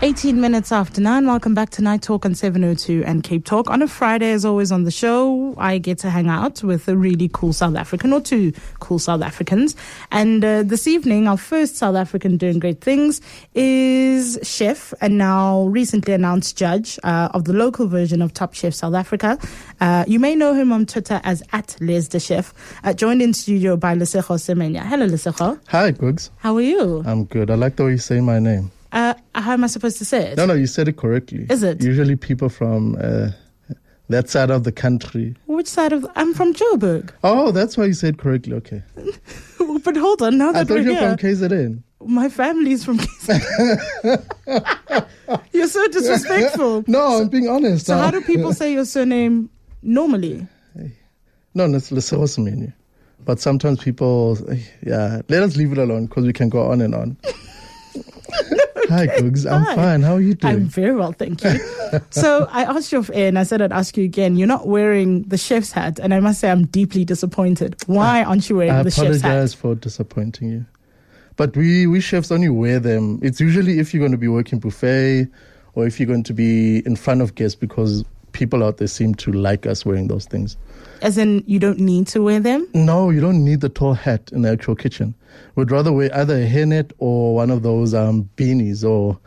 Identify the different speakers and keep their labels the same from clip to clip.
Speaker 1: 18 minutes after 9. Welcome back to Night Talk on 702 and Cape Talk. On a Friday, as always, on the show, I get to hang out with a really cool South African or two cool South Africans. And uh, this evening, our first South African doing great things is chef and now recently announced judge uh, of the local version of Top Chef South Africa. Uh, you may know him on Twitter as at Les the Chef, uh, joined in studio by Lesejo Semenya. Hello, Lesejo.
Speaker 2: Hi, Gwigs.
Speaker 1: How are you?
Speaker 2: I'm good. I like the way you say my name.
Speaker 1: Uh, how am I supposed to say it?
Speaker 2: No, no, you said it correctly.
Speaker 1: Is it?
Speaker 2: Usually people from uh, that side of the country.
Speaker 1: Which side of I'm from Joburg.
Speaker 2: Oh, that's why you said correctly. Okay.
Speaker 1: but hold on, now
Speaker 2: I
Speaker 1: that
Speaker 2: thought
Speaker 1: we're
Speaker 2: you were
Speaker 1: here,
Speaker 2: from KZN.
Speaker 1: my family's from. you're so disrespectful.
Speaker 2: No, I'm being honest.
Speaker 1: So
Speaker 2: now.
Speaker 1: how do people say your surname normally?
Speaker 2: No, no, it's Lesotho menu. But sometimes people, yeah, let us leave it alone because we can go on and on. Hi, Gwigs. I'm
Speaker 1: hi.
Speaker 2: fine. How are you doing?
Speaker 1: I'm very well, thank you. so I asked you off air, and I said I'd ask you again. You're not wearing the chef's hat, and I must say I'm deeply disappointed. Why aren't you wearing
Speaker 2: Ah, I
Speaker 1: the chef's hat?
Speaker 2: apologize for disappointing you. But we, we chefs only wear them. It's usually if you're going to be working buffet or if you're going to be in front of guests because people out there seem to like us wearing those things.
Speaker 1: As in, you don't need to wear them.
Speaker 2: No, you don't need the tall hat in the actual kitchen. We'd rather wear either a hairnet or one of those um, beanies or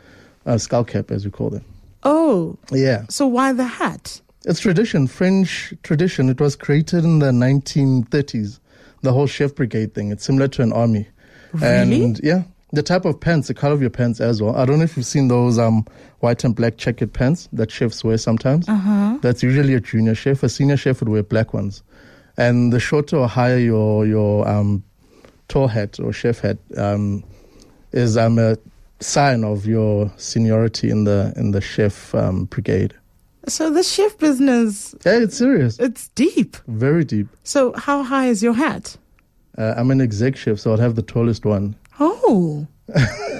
Speaker 2: a skull cap, as we call them.
Speaker 1: Oh,
Speaker 2: Yeah.
Speaker 1: so why the hat?
Speaker 2: It's tradition, French tradition. It was created in the 1930s, the whole chef brigade thing. It's similar to an army.
Speaker 1: Really?
Speaker 2: And yeah, the type of pants, the color of your pants as well. I don't know if you've seen those um, white and black checkered pants that chefs wear sometimes. Uh-huh. That's usually a junior chef. A senior chef would wear black ones. And the shorter or higher your, your um, tall hat or chef hat um, is um, a sign of your seniority in the, in the chef um, brigade.
Speaker 1: So the chef business,
Speaker 2: Yeah, it's serious.
Speaker 1: it's deep.
Speaker 2: Very deep.
Speaker 1: So how high is your hat?
Speaker 2: Uh, I'm an exec chef, so I'll have the tallest one.
Speaker 1: Oh.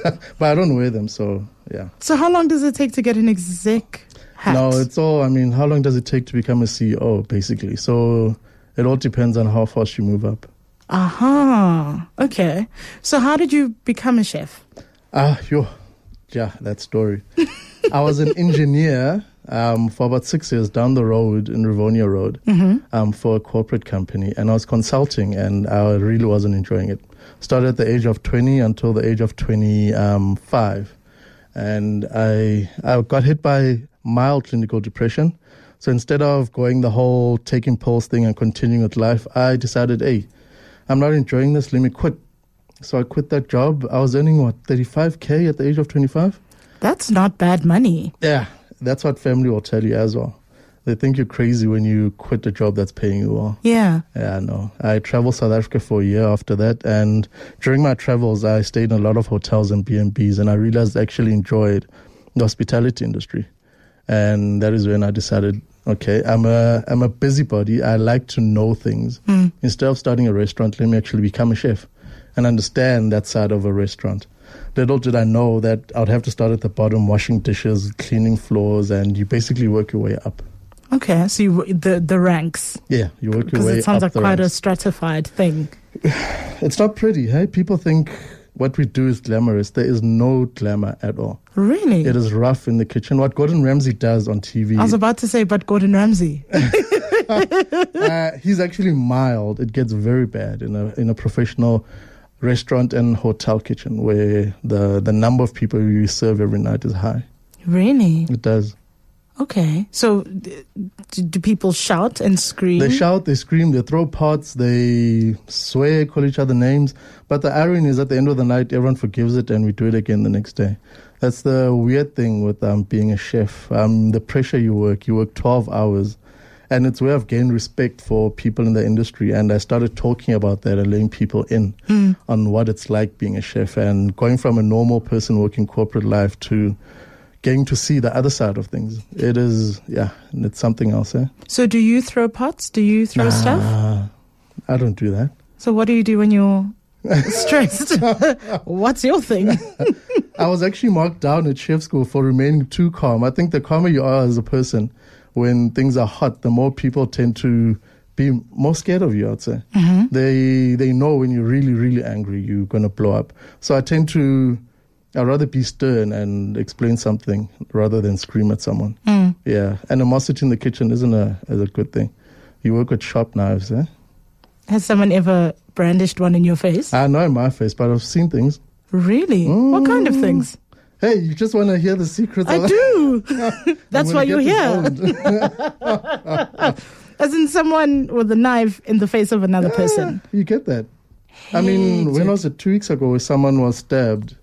Speaker 2: But I don't wear them, so yeah.
Speaker 1: So how long does it take to get an exec hat?
Speaker 2: No, it's all, I mean, how long does it take to become a CEO, basically? So it all depends on how fast you move up.
Speaker 1: Aha. Uh-huh. Okay. So how did you become a chef?
Speaker 2: Ah, yo, yeah, that story. I was an engineer um, for about six years down the road in Rivonia Road um, for a corporate company, and I was consulting, and I really wasn't enjoying it. Started at the age of 20 until the age of 25, and I I got hit by mild clinical depression. So instead of going the whole taking pills thing and continuing with life, I decided, hey, I'm not enjoying this. Let me quit. So I quit that job. I was earning what 35k at the age of 25.
Speaker 1: That's not bad money.
Speaker 2: Yeah, that's what family will tell you as well. They think you're crazy when you quit a job that's paying you well.
Speaker 1: Yeah.
Speaker 2: Yeah, no. I traveled South Africa for a year after that, and during my travels, I stayed in a lot of hotels and B and B's, and I realized I actually enjoyed the hospitality industry, and that is when I decided, okay, I'm a I'm a busybody. I like to know things.
Speaker 1: Hmm.
Speaker 2: Instead of starting a restaurant, let me actually become a chef, and understand that side of a restaurant. Little did I know that I would have to start at the bottom, washing dishes, cleaning floors, and you basically work your way up.
Speaker 1: Okay. So you, the the ranks
Speaker 2: Yeah, you work your
Speaker 1: because
Speaker 2: way
Speaker 1: it sounds
Speaker 2: up
Speaker 1: like
Speaker 2: the
Speaker 1: quite
Speaker 2: ranks.
Speaker 1: a stratified thing.
Speaker 2: It's not pretty, hey? People think what we do is glamorous. There is no glamour at all.
Speaker 1: Really.
Speaker 2: It is rough in the kitchen. What Gordon Ramsay does on TV,
Speaker 1: I was about to say, but Gordon Ramsay.
Speaker 2: uh, he's actually mild. It gets very bad in a in a professional restaurant and hotel kitchen where the the number of people you serve every night is high.
Speaker 1: really?
Speaker 2: It does.
Speaker 1: Okay. So d- d- do people shout and scream?
Speaker 2: They shout, they scream, they throw pots, they swear, call each other names. But the irony is, at the end of the night, everyone forgives it, and we do it again the next day. That's the weird thing with um, being a chef. Um, the pressure you work, you work twelve hours, and it's where I've gained respect for people in the industry. And I started talking about that and letting people in
Speaker 1: Hmm.
Speaker 2: on what it's like being a chef and going from a normal person working corporate life to getting to see the other side of things. It is, yeah, and it's something else. Eh?
Speaker 1: So do you throw pots? Do you throw stuff?
Speaker 2: Ah, I don't do that.
Speaker 1: So what do you do when you're stressed? What's your thing?
Speaker 2: I was actually marked down at chef school for remaining too calm. I think the calmer you are as a person when things are hot, the more people tend to be more scared of you, I'd say.
Speaker 1: Mm-hmm.
Speaker 2: They, they know when you're really, really angry, you're going to blow up. So I tend to I'd rather be stern and explain something rather than scream at someone.
Speaker 1: Mm.
Speaker 2: Yeah, animosity in the kitchen isn't a is a good thing. You work with sharp knives, eh?
Speaker 1: Has someone ever brandished one in your face?
Speaker 2: I know in my face, but I've seen things.
Speaker 1: really? What kind of things?
Speaker 2: Hey, you just want to hear the secrets.
Speaker 1: I
Speaker 2: of-
Speaker 1: do. That's
Speaker 2: Mm. I'm
Speaker 1: why
Speaker 2: gonna
Speaker 1: you're here.
Speaker 2: get disowned.
Speaker 1: As in someone with a knife in the face of another person.
Speaker 2: you get that. I mean, when
Speaker 1: Hated.
Speaker 2: was it? Two weeks ago, where someone was stabbed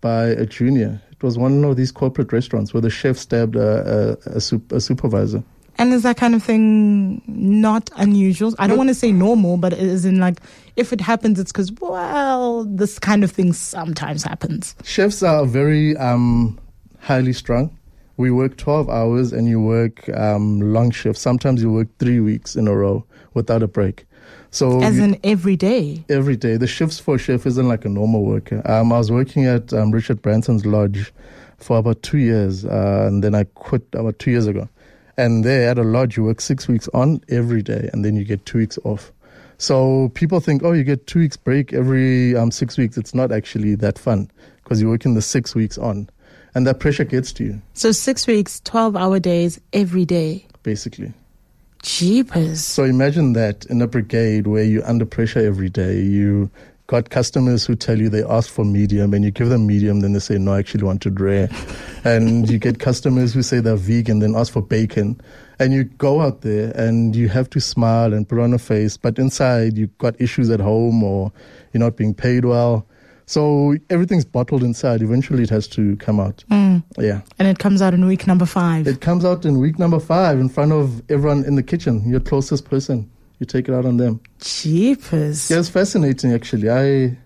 Speaker 2: by a junior. It was one of these corporate restaurants where the chef stabbed a, a, a, sup- a supervisor.
Speaker 1: And is that kind of thing not unusual? I don't want to say normal, but it is in like, if it happens, it's because, well, this kind of thing sometimes happens.
Speaker 2: Chefs are very um, highly strung. We work 12 hours and you work um, long shifts. Sometimes you work three weeks in a row without a break. So
Speaker 1: As
Speaker 2: Oh, you-
Speaker 1: in every day.
Speaker 2: every day. The shifts for a chef isn't like a normal worker. Um, I was working at um, Richard Branson's lodge for about two years, uh, and then I quit about two years ago. And there at a lodge, you work six weeks on every day, and then you get two weeks off. So people think, oh, you get two weeks break every um, six weeks. It's not actually that fun because you're working the six weeks on, and that pressure gets to you
Speaker 1: So six weeks, 12 hour days, every day.
Speaker 2: basically.
Speaker 1: Jeepers.
Speaker 2: So imagine that in a brigade where you're under pressure every day. You got customers who tell you they ask for medium and you give them medium, then they say, no, I actually want it rare. and you get customers who say they're vegan, then ask for bacon. And you go out there and you have to smile and put on a face, but inside you've got issues at home or you're not being paid well. So everything's bottled inside. Eventually it has to come out. Yeah.
Speaker 1: Mm. And it comes out in week number five.
Speaker 2: It comes out in week number five in front of everyone in the kitchen, your closest person. You take it out on them.
Speaker 1: Jeepers.
Speaker 2: Yeah, it's fascinating actually. I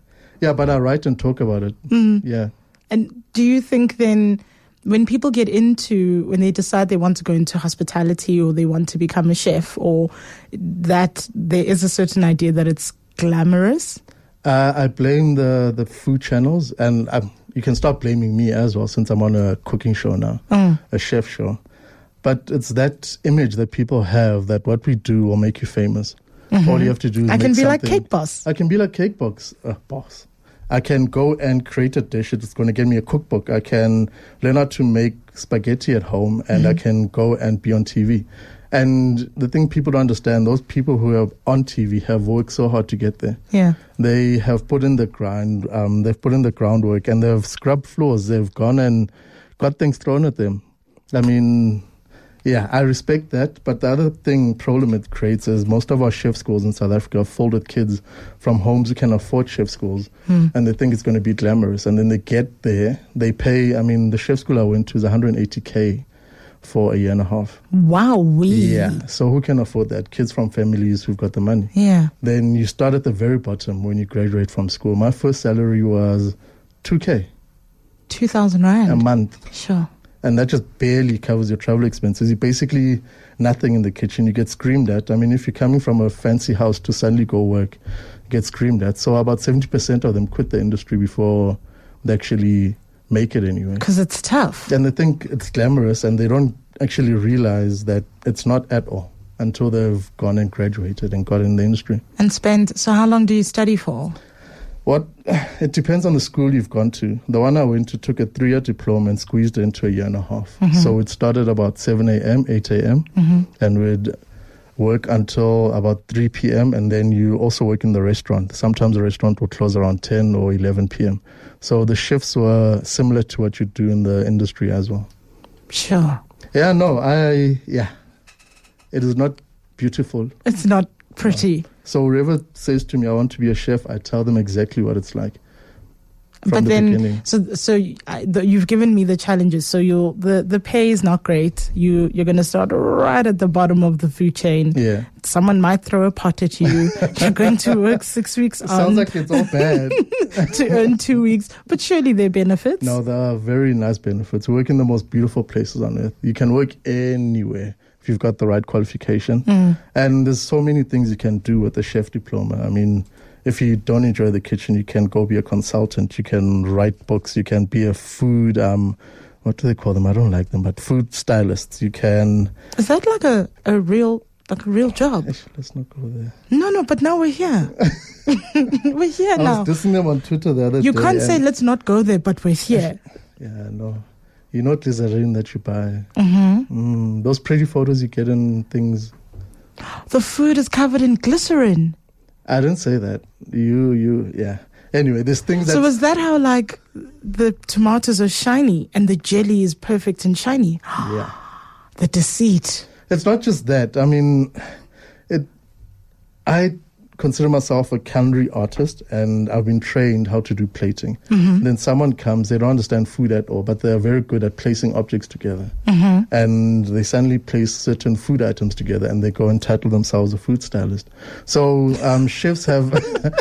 Speaker 2: yeah, but I write and talk about it. Yeah.
Speaker 1: Mm. And do you think then, when people get into, when they decide they want to go into hospitality or they want to become a chef, or that there is a certain idea that it's glamorous?
Speaker 2: Uh, I blame the, the food channels, and um you can start blaming me as well since I'm on a cooking show now,
Speaker 1: Mm.
Speaker 2: a chef show. But it's that image that people have that what we do will make you famous. All you have to do is
Speaker 1: Mm-hmm. I can
Speaker 2: make
Speaker 1: be like
Speaker 2: something-
Speaker 1: Cake Boss.
Speaker 2: I can be like Cake Box, uh, boss. I can go and create a dish. It's going to give me a cookbook. I can learn how to make spaghetti at home and I can go and be on TV. And the thing people don't understand, those people who are on TV have worked so hard to get there.
Speaker 1: Yeah.
Speaker 2: They have put in the grind, um, they've put in the groundwork and they've scrubbed floors. They've gone and got things thrown at them. I mean, yeah, I respect that. But the other thing problem it creates is most of our chef schools in South Africa are filled with kids from homes who can afford chef schools
Speaker 1: Mm.
Speaker 2: and they think it's going to be glamorous. And then they get there, they pay. I mean, the chef school I went to is 180K for a year and a half.
Speaker 1: Wow. We.
Speaker 2: Yeah. So who can afford that? Kids from families who've got the money.
Speaker 1: Yeah.
Speaker 2: Then you start at the very bottom when you graduate from school. My first salary was 2K
Speaker 1: Two thousand
Speaker 2: a
Speaker 1: rand.
Speaker 2: month
Speaker 1: sure.
Speaker 2: and that just barely covers your travel expenses. You basically nothing in the kitchen. You get screamed at. I mean, if you're coming from a fancy house to suddenly go work, you get screamed at. So about seventy percent of them quit the industry before they actually make it anyway.
Speaker 1: Because it's tough.
Speaker 2: And they think it's glamorous, and they don't actually realize that it's not at all until they've gone and graduated and got in the industry.
Speaker 1: And spend. So how long do you study for?
Speaker 2: What it depends on the school you've gone to. The one I went to took a three-year diploma and squeezed it into a year and a half.
Speaker 1: Mm-hmm.
Speaker 2: So it started about seven a.m., eight a.m., and we'd work until about three p.m. And then you also work in the restaurant. Sometimes the restaurant will close around ten or eleven p.m. So the shifts were similar to what you do in the industry as well.
Speaker 1: Sure.
Speaker 2: Yeah, no, I yeah, it is not beautiful.
Speaker 1: It's not pretty.
Speaker 2: So whoever says to me, "I want to be a chef," I tell them exactly what it's like. From
Speaker 1: but
Speaker 2: the
Speaker 1: then,
Speaker 2: beginning.
Speaker 1: so so you- I- the, you've given me the challenges. So you the the pay is not great. You you're gonna start right at the bottom of the food chain.
Speaker 2: Yeah.
Speaker 1: Someone might throw a pot at you. you're going to work six weeks
Speaker 2: It sounds
Speaker 1: on
Speaker 2: like it's all bad.
Speaker 1: to earn two weeks, but surely there are benefits.
Speaker 2: no, there are very nice benefits. Work in the most beautiful places on earth. You can work anywhere if you've got the right qualification.
Speaker 1: Hmm.
Speaker 2: And there's so many things you can do with a chef diploma. I mean, if you don't enjoy the kitchen, you can go be a consultant. You can write books. You can be a food. Um, what do they call them? I don't like them, but food stylists. You can.
Speaker 1: Is that like a, a real like a real job.
Speaker 2: Actually, let's not go there.
Speaker 1: No, no, but now we're here. we're here
Speaker 2: I
Speaker 1: now.
Speaker 2: was dissing them on Twitter the other
Speaker 1: You
Speaker 2: day.
Speaker 1: can't say
Speaker 2: and-
Speaker 1: let's not go there, but we're here.
Speaker 2: Yeah, no. You know glycerin that you buy.
Speaker 1: hmm
Speaker 2: Mm, those pretty photos you get in things.
Speaker 1: The food is covered in glycerin.
Speaker 2: I didn't say that. You, you, yeah. Anyway, there's things that.
Speaker 1: So was that how like the tomatoes are shiny and the jelly is perfect and shiny?
Speaker 2: yeah.
Speaker 1: The deceit.
Speaker 2: It's not just that. I mean, it. I consider myself a culinary artist, and I've been trained how to do plating. Then someone comes, they don't understand food at all, but they are very good at placing objects together, and they suddenly place certain food items together, and they go and title themselves a food stylist. So um, chefs have.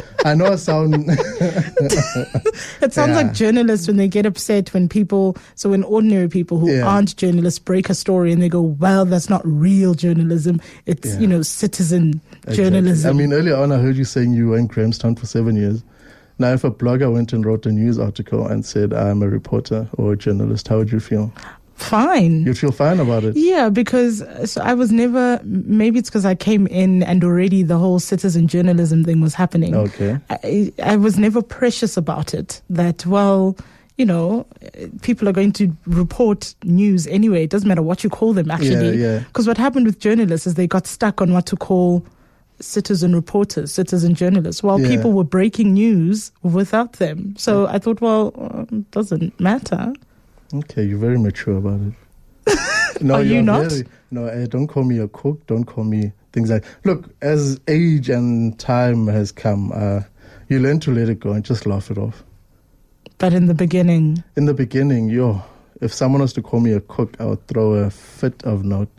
Speaker 2: I know I sound.
Speaker 1: It sounds
Speaker 2: Yeah.
Speaker 1: like journalists when they get upset when people, so when ordinary people who
Speaker 2: Yeah.
Speaker 1: aren't journalists break a story and they go, well, that's not real journalism. It's,
Speaker 2: Yeah.
Speaker 1: you know, citizen journalism.
Speaker 2: Exactly. I mean, earlier on, I heard you saying you were in Grahamstown for seven years. Now, if a blogger went and wrote a news article and said, I'm a reporter or a journalist, how would you feel?
Speaker 1: Fine.
Speaker 2: You'd feel fine about it.
Speaker 1: Yeah, because uh, so I was never. Maybe it's because I came in and already the whole citizen journalism thing was happening.
Speaker 2: Okay.
Speaker 1: I, I was never precious about it. That well, you know, uh, people are going to report news anyway. It doesn't matter what you call them actually.
Speaker 2: yeah.
Speaker 1: Because what happened with journalists is they got stuck on what to call citizen reporters, citizen journalists, while
Speaker 2: Yeah.
Speaker 1: people were breaking news without them. So I thought, well, um, doesn't matter.
Speaker 2: Okay, you're very mature about it. No,
Speaker 1: Are you
Speaker 2: you're
Speaker 1: not?
Speaker 2: very- no, eh, don't call me a cook. Don't call me things like. Look, as age and time has come, uh, you learn to let it go and just laugh it off.
Speaker 1: But in the beginning,
Speaker 2: in the beginning, yo, if someone was to call me a cook, I would throw a fit of note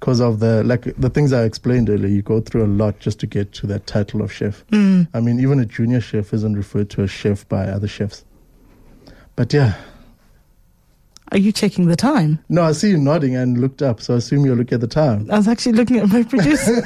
Speaker 2: because of the like the things I explained earlier. You go through a lot just to get to that title of chef.
Speaker 1: mm,
Speaker 2: I mean, even a junior chef isn't referred to as chef by other chefs. But yeah,
Speaker 1: are you checking the time?
Speaker 2: no, I see you nodding and looked up, so I assume you look at the time.
Speaker 1: I was actually looking at my producer.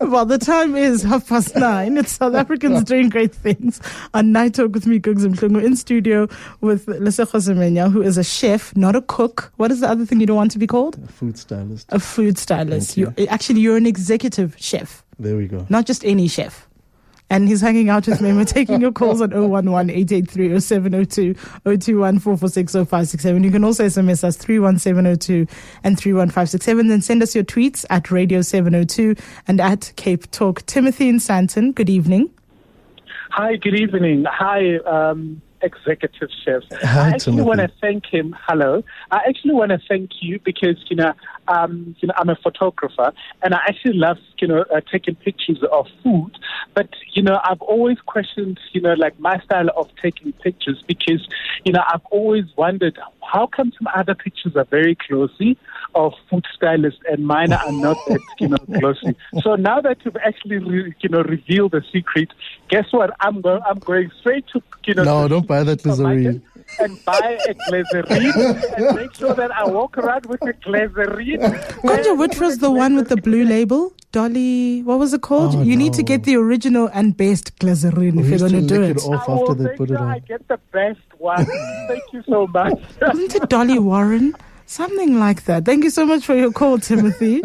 Speaker 1: well, the time is half past nine. It's South Africans doing great things on Night Talk with me, Gugs and Mklungu, in studio with Lesego Semenya, who is a chef, not a cook. What is the other thing you don't want to be called?
Speaker 2: A food stylist.
Speaker 1: A food stylist. You.
Speaker 2: Thank
Speaker 1: actually, you're an executive chef,
Speaker 2: There we go.
Speaker 1: not just any chef. And he's hanging out with me. We're taking your calls on 011 883 0702 021 446 0567. You can also SMS us 31702 and 31567. Then send us your tweets at Radio 702 and at Cape Talk. Timothy in Santon, good evening.
Speaker 3: Hi, good evening. Hi, um, executive chef.
Speaker 2: Hi,
Speaker 3: I actually
Speaker 2: Timothy.
Speaker 3: want to thank him. Hello. I actually want to thank you because you know, um, you know, I'm a photographer and I actually love you know uh, taking pictures of food. But you know, I've always questioned you know like my style of taking pictures because you know I've always wondered how come some other pictures are very glossy of food stylists and mine are not that you know glossy. So now that you've actually re- you know revealed the secret, guess what? I'm going. I'm going straight to you know.
Speaker 2: No,
Speaker 3: the
Speaker 2: don't buy that Listerine.
Speaker 3: supermarket and buy a glazerine and make sure that I walk around with a glazerine.
Speaker 1: Conja, which was the one with the blue label? Dolly, what was it called?
Speaker 2: Oh,
Speaker 1: you need to
Speaker 2: no.
Speaker 1: get the original and best glycerin if
Speaker 2: We
Speaker 1: you're
Speaker 2: used
Speaker 1: going to
Speaker 2: to
Speaker 1: do
Speaker 2: lick
Speaker 1: it.
Speaker 2: it off
Speaker 3: I will
Speaker 2: after they
Speaker 3: make
Speaker 2: put it
Speaker 3: sure I
Speaker 2: on.
Speaker 3: get the best one. Thank you so much.
Speaker 1: Wasn't it Dolly Warren? Something like that. Thank you so much for your call, Timothy.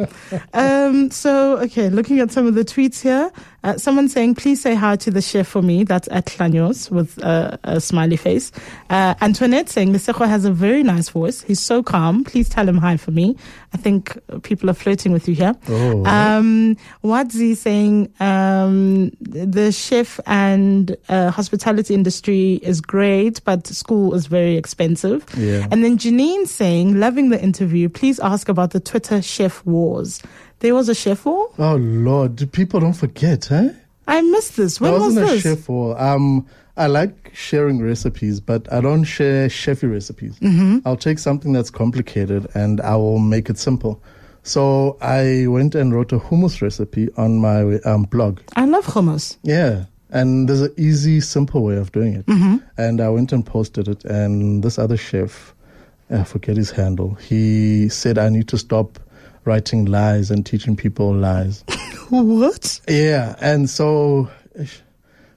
Speaker 1: Um, so, okay, looking at some of the tweets here, uh, someone saying, please say hi to the chef for me. That's at Clanos with uh, a smiley face. Uh, Antoinette saying, Lesego has a very nice voice. He's so calm. Please tell him hi for me. I think uh, people are flirting with you here.
Speaker 2: Oh.
Speaker 1: Um, Wadzi saying um, the chef and uh, hospitality industry is great, but school is very expensive.
Speaker 2: Yeah.
Speaker 1: And then Janine saying, loving the interview. Please ask about the Twitter chef wars. There was a chef war.
Speaker 2: Oh Lord, people don't forget, huh?
Speaker 1: I missed this. When
Speaker 2: I
Speaker 1: was
Speaker 2: wasn't
Speaker 1: this?
Speaker 2: a chef or um I like sharing recipes, but I don't share chefy recipes. Mm-hmm. I'll take something that's complicated and I will make it simple. So I went and wrote a hummus recipe on my um, blog.
Speaker 1: I love hummus.
Speaker 2: Yeah. And there's an easy, simple way of doing it.
Speaker 1: Mm-hmm.
Speaker 2: And I went and posted it. And this other chef, I forget his handle, he said, I need to stop writing lies and teaching people lies.
Speaker 1: What?
Speaker 2: Yeah, and so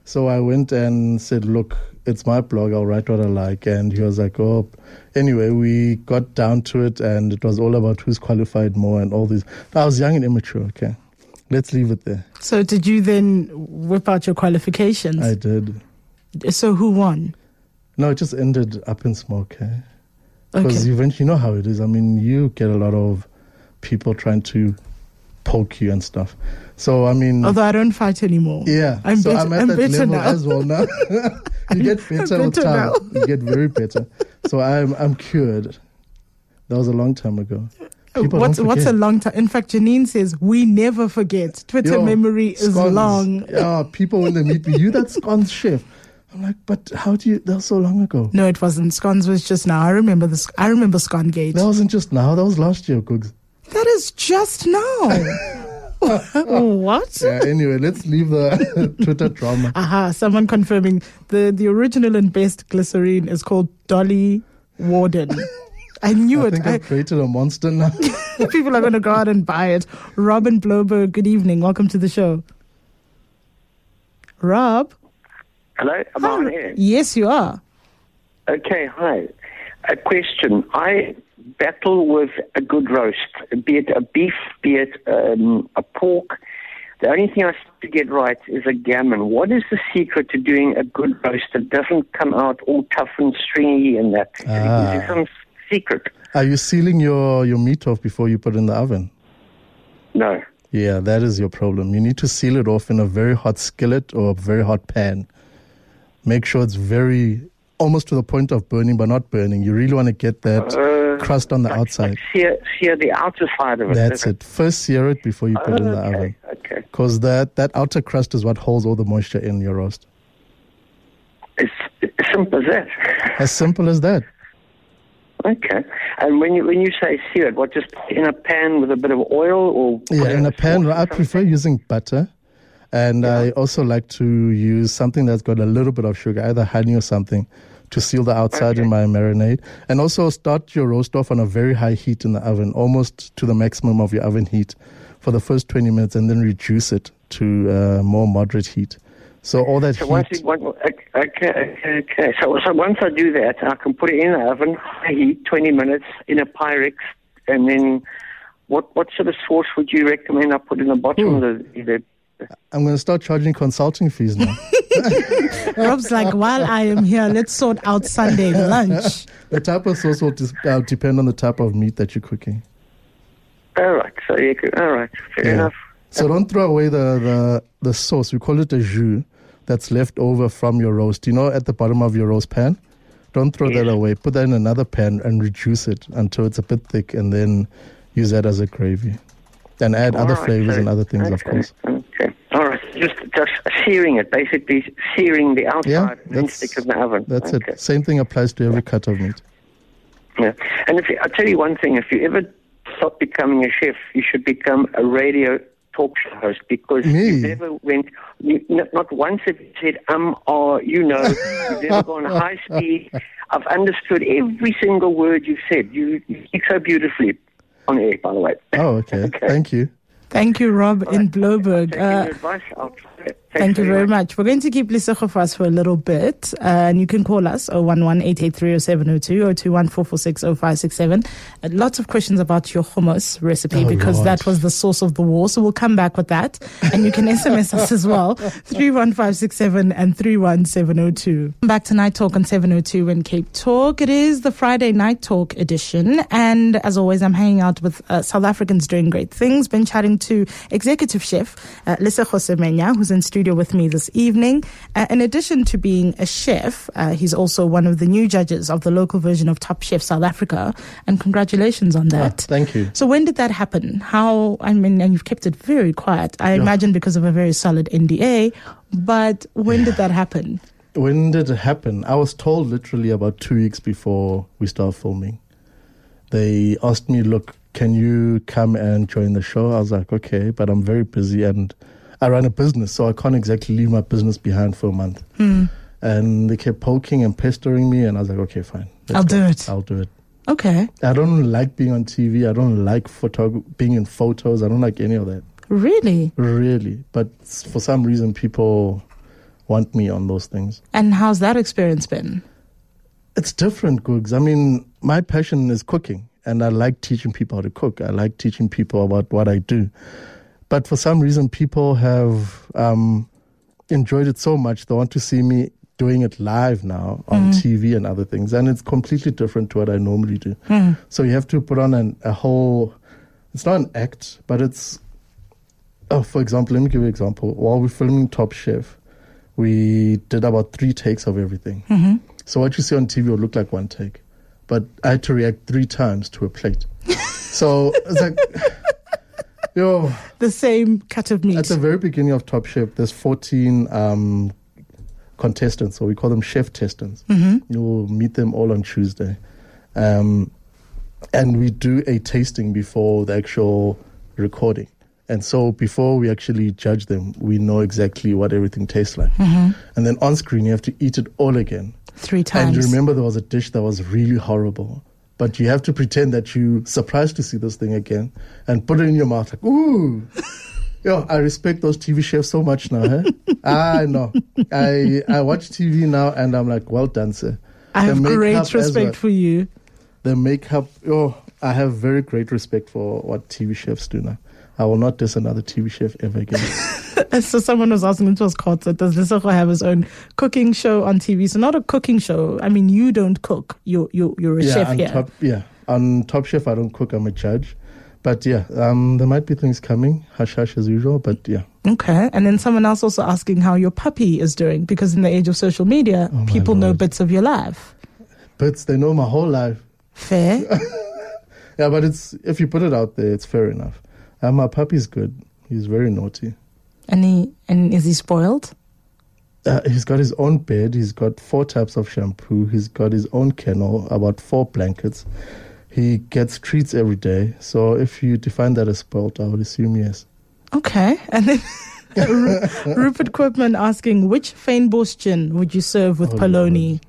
Speaker 2: So I went and said, Look, it's my blog, I'll write what I like. And he was like, Oh, anyway, we got down to it, and it was all about who's qualified more and all these. I was young and immature, okay? Let's leave it there.
Speaker 1: So did you then whip out your qualifications?
Speaker 2: I did.
Speaker 1: so who won?
Speaker 2: No, it just ended up in smoke, eh? Because
Speaker 1: Okay.
Speaker 2: eventually, you know how it is. I mean, you get a lot of people trying to poke you and stuff. So, I mean,
Speaker 1: Although I don't fight anymore.
Speaker 2: yeah.
Speaker 1: I'm
Speaker 2: so
Speaker 1: better,
Speaker 2: I'm at that
Speaker 1: better
Speaker 2: level
Speaker 1: now.
Speaker 2: as well now. you get better, with
Speaker 1: better
Speaker 2: time.
Speaker 1: now.
Speaker 2: you get very better. So I'm I'm cured. That was a long time ago. People
Speaker 1: Oh, what's
Speaker 2: don't
Speaker 1: what's a
Speaker 2: forget.
Speaker 1: long time? In fact, Janine says we never forget. Twitter
Speaker 2: Yo,
Speaker 1: memory is
Speaker 2: scones.
Speaker 1: long.
Speaker 2: Yeah, people when they meet me, you that scones chef. I'm like, but how do you? That was so long ago.
Speaker 1: No, it wasn't. Scones was just now. I remember this. I remember Scone Gate.
Speaker 2: That wasn't just now. That was last year, Cooks.
Speaker 1: That is just now. what?
Speaker 2: Yeah. Anyway, let's leave the Twitter drama.
Speaker 1: Aha, someone confirming the, the original and best glycerine is called Dolly Warden. I knew
Speaker 2: I
Speaker 1: it.
Speaker 2: think
Speaker 1: I-
Speaker 2: I've created a monster now.
Speaker 1: people are going to go out and buy it. Robin Bloberg, good evening. Welcome to the show. Rob?
Speaker 4: Hello, am I on air?
Speaker 1: Yes, you are.
Speaker 4: Okay, hi. A question. I battle with a good roast, be it a beef, be it um, a pork. The only thing I seem to get right is a gammon. What is the secret to doing a good roast that doesn't come out all tough and stringy and that? Is
Speaker 2: Ah.
Speaker 4: there some secret?
Speaker 2: Are you sealing your, your meat off before you put it in the oven?
Speaker 4: No.
Speaker 2: Yeah, that is your problem. You need to seal it off in a very hot skillet or a very hot pan. Make sure it's very almost to the point of burning, but not burning. You really want to get that crust on the outside.
Speaker 4: Like sear, sear Uh, the outer side of it.
Speaker 2: That's it. First, sear it before you put it in the
Speaker 4: Okay,
Speaker 2: oven.
Speaker 4: okay.
Speaker 2: Because that, that outer crust is what holds all the moisture in your roast.
Speaker 4: It's, it's simple as that.
Speaker 2: As simple as that.
Speaker 4: Okay. And when you when you say sear it, what just in a pan with a bit of oil or
Speaker 2: Yeah, in a pan. I
Speaker 4: Something?
Speaker 2: prefer using butter. And I also like to use something that's got a little bit of sugar, either honey or something, to seal the outside in my marinade. And also start your roast off on a very high heat in the oven, almost to the maximum of your oven heat for the first 20 minutes, and then reduce it to uh, more moderate heat. So all that
Speaker 4: So once
Speaker 2: heat.
Speaker 4: you, one, okay, okay, okay. So, so once I do that, I can put it in the oven, high heat, 20 minutes in a Pyrex, and then what what sort of sauce would you recommend I put in the bottom of
Speaker 2: Hmm.
Speaker 4: the, the
Speaker 2: I'm going to start charging consulting fees now.
Speaker 1: Rob's like, while I am here, let's sort out Sunday lunch.
Speaker 2: the type of sauce will dis- uh, depend on the type of meat that you're cooking.
Speaker 4: All right. So you could, all right. Fair
Speaker 2: Yeah.
Speaker 4: enough.
Speaker 2: So don't throw away the, the, the sauce. We call it a jus that's left over from your roast. You know, at the bottom of your roast pan, don't throw that
Speaker 4: Yes.
Speaker 2: away. Put that in another pan and reduce it until it's a bit thick, and then use that as a gravy. And add other
Speaker 4: All right,
Speaker 2: flavors
Speaker 4: so-
Speaker 2: and other things, of
Speaker 4: okay,
Speaker 2: course.
Speaker 4: Okay. All right. Just just searing it, basically searing the outside
Speaker 2: Yeah,
Speaker 4: and then stick it in the oven.
Speaker 2: that's
Speaker 4: okay.
Speaker 2: it. Same thing applies to every cut of meat.
Speaker 4: Yeah. And if you, I'll tell you one thing, if you ever stop becoming a chef, you should become a radio talk show host because
Speaker 2: Me?
Speaker 4: you never went, you, not, not once have you said, um, or, you know, you've never gone high speed. I've understood every single word you've said. You, you speak so beautifully on air, by the way.
Speaker 2: Oh, okay. Thank you.
Speaker 1: Thank you, Rob in Bloberg.
Speaker 4: Taking
Speaker 1: Uh,
Speaker 4: your advice, I'll try it.
Speaker 1: Thank
Speaker 4: Thanks
Speaker 1: you very much. We're going to keep Lesotho for us for a little bit, uh, and you can call us oh, 011-883-0702, Uh, Lots of questions about your hummus recipe
Speaker 2: Oh,
Speaker 1: because
Speaker 2: Lord.
Speaker 1: that was the source of the war. So we'll come back with that, and you can SMS us as well three one five six seven and three one seven zero two. Back to Night Talk on seven zero two in Cape Talk. It is the Friday Night Talk edition, and as always, I'm hanging out with uh, South Africans doing great things. Been chatting to executive chef uh, Lisa Josemenya, who's in studio with me this evening. Uh, in addition to being a chef, uh, he's also one of the new judges of the local version of Top Chef South Africa, and congratulations on
Speaker 2: Ah,
Speaker 1: that.
Speaker 2: thank you.
Speaker 1: So when did that happen? How I mean, and you've kept it very quiet. I imagine because of a very solid NDA. But when did that happen?
Speaker 2: When did it happen? I was told literally about two weeks before we start filming. They asked me, "Look, can you come and join the show?" I was like, "Okay," but I'm very busy and I run a business, so I can't exactly leave my business behind for a month.
Speaker 1: Hmm.
Speaker 2: And they kept poking and pestering me, and I was like, "Okay, fine, let's
Speaker 1: I'll
Speaker 2: go.
Speaker 1: do it."
Speaker 2: I'll do it."
Speaker 1: Okay,
Speaker 2: I don't like being on TV. I don't like photog- being in photos. I don't like any of that,
Speaker 1: really?
Speaker 2: really. But s- for some reason, people want me on those things.
Speaker 1: And how's that experience been?
Speaker 2: It's different, Googs. I mean, my passion is cooking, and I like teaching people how to cook. I like teaching people about what I do. But for some reason, people have um, enjoyed it so much, they want to see me doing it live now on TV and other things. And it's completely different to what I normally do. So you have to put on an, a whole, it's not an act, but it's Oh, for example, let me give you an example. While we're filming Top Chef, we did about three takes of everything. Mm-hmm. So what you see on TV will look like one take, but I had to react three times to a plate. so it's like, yo.
Speaker 1: The same cut of meat.
Speaker 2: At the very beginning of Top Chef, there's 14 um, contestants, or we call them chef testants. You'll meet them all on Tuesday. Um, and we do a tasting before the actual recording. And so before we actually judge them, we know exactly what everything tastes like. And then on screen, you have to eat it all again.
Speaker 1: Three
Speaker 2: And
Speaker 1: times.
Speaker 2: you remember there was a dish that was really horrible. But you have to pretend that you surprised to see this thing again and put it in your mouth like, ooh. Yo, I respect those TV chefs so much now, huh? Ah, I know. I I watch TV now and I'm like, well done, sir.
Speaker 1: I have
Speaker 2: The makeup
Speaker 1: great
Speaker 2: as
Speaker 1: respect
Speaker 2: well.
Speaker 1: for you.
Speaker 2: The makeup, oh, I have very great respect for what TV chefs do now. I will not diss another TV chef ever again.
Speaker 1: So someone was asking, it was Kotze, does Lesotho have his own cooking show on TV? So not a cooking show. I mean, you don't cook. You're, you're, you're a chef
Speaker 2: on
Speaker 1: here.
Speaker 2: Top, yeah, on Top Chef, I don't cook. I'm a judge, but yeah, um, there might be things coming, hush hush as usual. But yeah,
Speaker 1: Okay. And then someone else also asking how your puppy is doing because in the age of social media, people know
Speaker 2: Oh Lord.
Speaker 1: bits of your life.
Speaker 2: but they know my whole life.
Speaker 1: Fair.
Speaker 2: Yeah, but it's if you put it out there, it's fair enough. And my puppy's good. He's very naughty.
Speaker 1: and he, and is he spoiled?
Speaker 2: Uh, he's got his own bed. He's got four types of shampoo. He's got his own kennel, about four blankets. He gets treats every day. So if you define that as spoilt, I would assume yes.
Speaker 1: Okay. And then Ru- Rupert Quipman asking, which Fynbos gin would you serve with
Speaker 2: Oh,
Speaker 1: Poloni?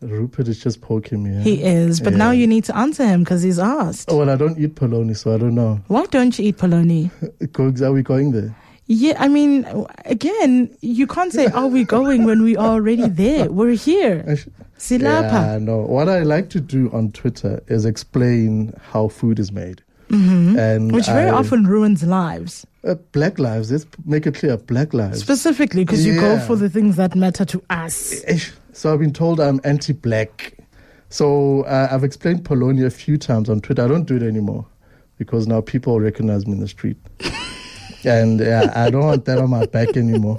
Speaker 2: Rupert is just poking me. eh?
Speaker 1: He is, but now
Speaker 2: Yeah.
Speaker 1: you need to answer him because he's asked.
Speaker 2: Oh, well, I don't eat polony, so I don't know.
Speaker 1: Why don't you eat Poloni?
Speaker 2: Gogs, are we going there?
Speaker 1: Yeah, I mean, w- again, you can't say, are we going when we are already there? We're here. Silapa.
Speaker 2: Yeah, no. What I like to do on Twitter is explain how food is made, and
Speaker 1: Mm-hmm. Which very
Speaker 2: I-
Speaker 1: often ruins lives,
Speaker 2: uh, black lives. Let's make it clear, black lives.
Speaker 1: specifically because you go
Speaker 2: Yeah.
Speaker 1: for the things that matter to us.
Speaker 2: Ish. So I've been told I'm anti-black. So uh, I've explained Polonia a few times on Twitter. I don't do it anymore because now people recognize me in the street. and yeah, I don't want that on my back anymore.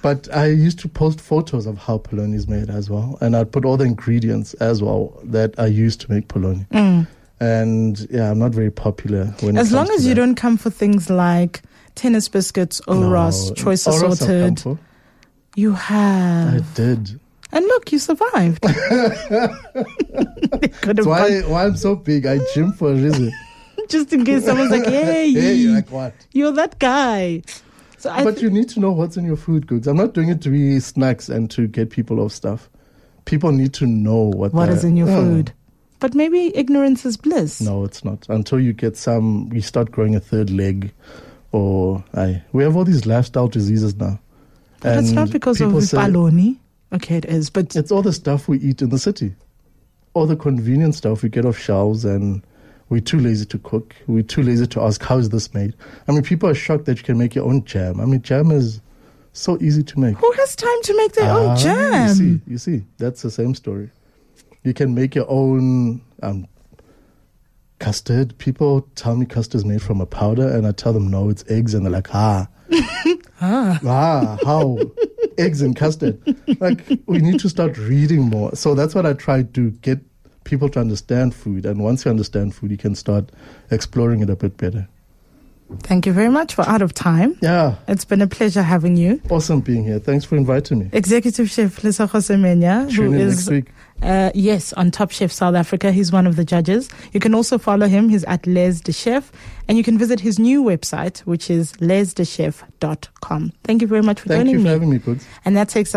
Speaker 2: But I used to post photos of how polony is made as well, and I'd put all the ingredients as well that I used to make polony. And yeah, I'm not very popular when
Speaker 1: Mm.
Speaker 2: it
Speaker 1: As long
Speaker 2: comes
Speaker 1: as
Speaker 2: to
Speaker 1: you
Speaker 2: that.
Speaker 1: don't come for things like tennis biscuits, Oros,
Speaker 2: No,
Speaker 1: choice
Speaker 2: Oros I've
Speaker 1: assorted,
Speaker 2: come for.
Speaker 1: you
Speaker 2: I
Speaker 1: have.
Speaker 2: did.
Speaker 1: And look, you survived. They could have
Speaker 2: That's why,
Speaker 1: gone-
Speaker 2: why I'm so big. I gym for a reason.
Speaker 1: just in case someone's like, hey,
Speaker 2: hey, you're like what?
Speaker 1: you're that guy. So I
Speaker 2: but
Speaker 1: thi-
Speaker 2: you need to know what's in your food goods. I'm not doing it to be snacks and to get people off stuff. People need to know what
Speaker 1: what
Speaker 2: they're-
Speaker 1: is in your
Speaker 2: Mm.
Speaker 1: food? But maybe ignorance is bliss.
Speaker 2: No, it's not. Until you get some, you start growing a third leg, or I. We have all these lifestyle diseases now.
Speaker 1: But it's not
Speaker 2: And
Speaker 1: because of
Speaker 2: people say-
Speaker 1: baloney. Okay, it is. But
Speaker 2: It's all the stuff we eat in the city, all the convenient stuff we get off shelves, and we're too lazy to cook. We're too lazy to ask how is this made. I mean, people are shocked that you can make your own jam. I mean, jam is so easy to make.
Speaker 1: who has time to make their
Speaker 2: Ah,
Speaker 1: own
Speaker 2: You see,
Speaker 1: jam?
Speaker 2: you see, that's the same story. You can make your own um, custard. People tell me custard's made from a powder, and I tell them no, it's eggs, and they're like, ah, ah, how eggs and custard. Like we need to start reading more. So that's what I try to get people to understand food, and once you understand food, you can start exploring it a bit better.
Speaker 1: Thank you very much. We're out of time.
Speaker 2: Yeah,
Speaker 1: It's been a pleasure having you.
Speaker 2: awesome being here. Thanks for inviting me.
Speaker 1: Executive Chef Lisa Josemenya, who
Speaker 2: Tune in
Speaker 1: is
Speaker 2: next week.
Speaker 1: Uh, yes, on Top Chef South Africa. He's one of the judges. You can also follow him. He's at Les de Chef. And you can visit his new website, which is lesdechef.com. Thank you very much for
Speaker 2: Thank
Speaker 1: joining
Speaker 2: you for
Speaker 1: me.
Speaker 2: having me, Goods.
Speaker 1: And that takes us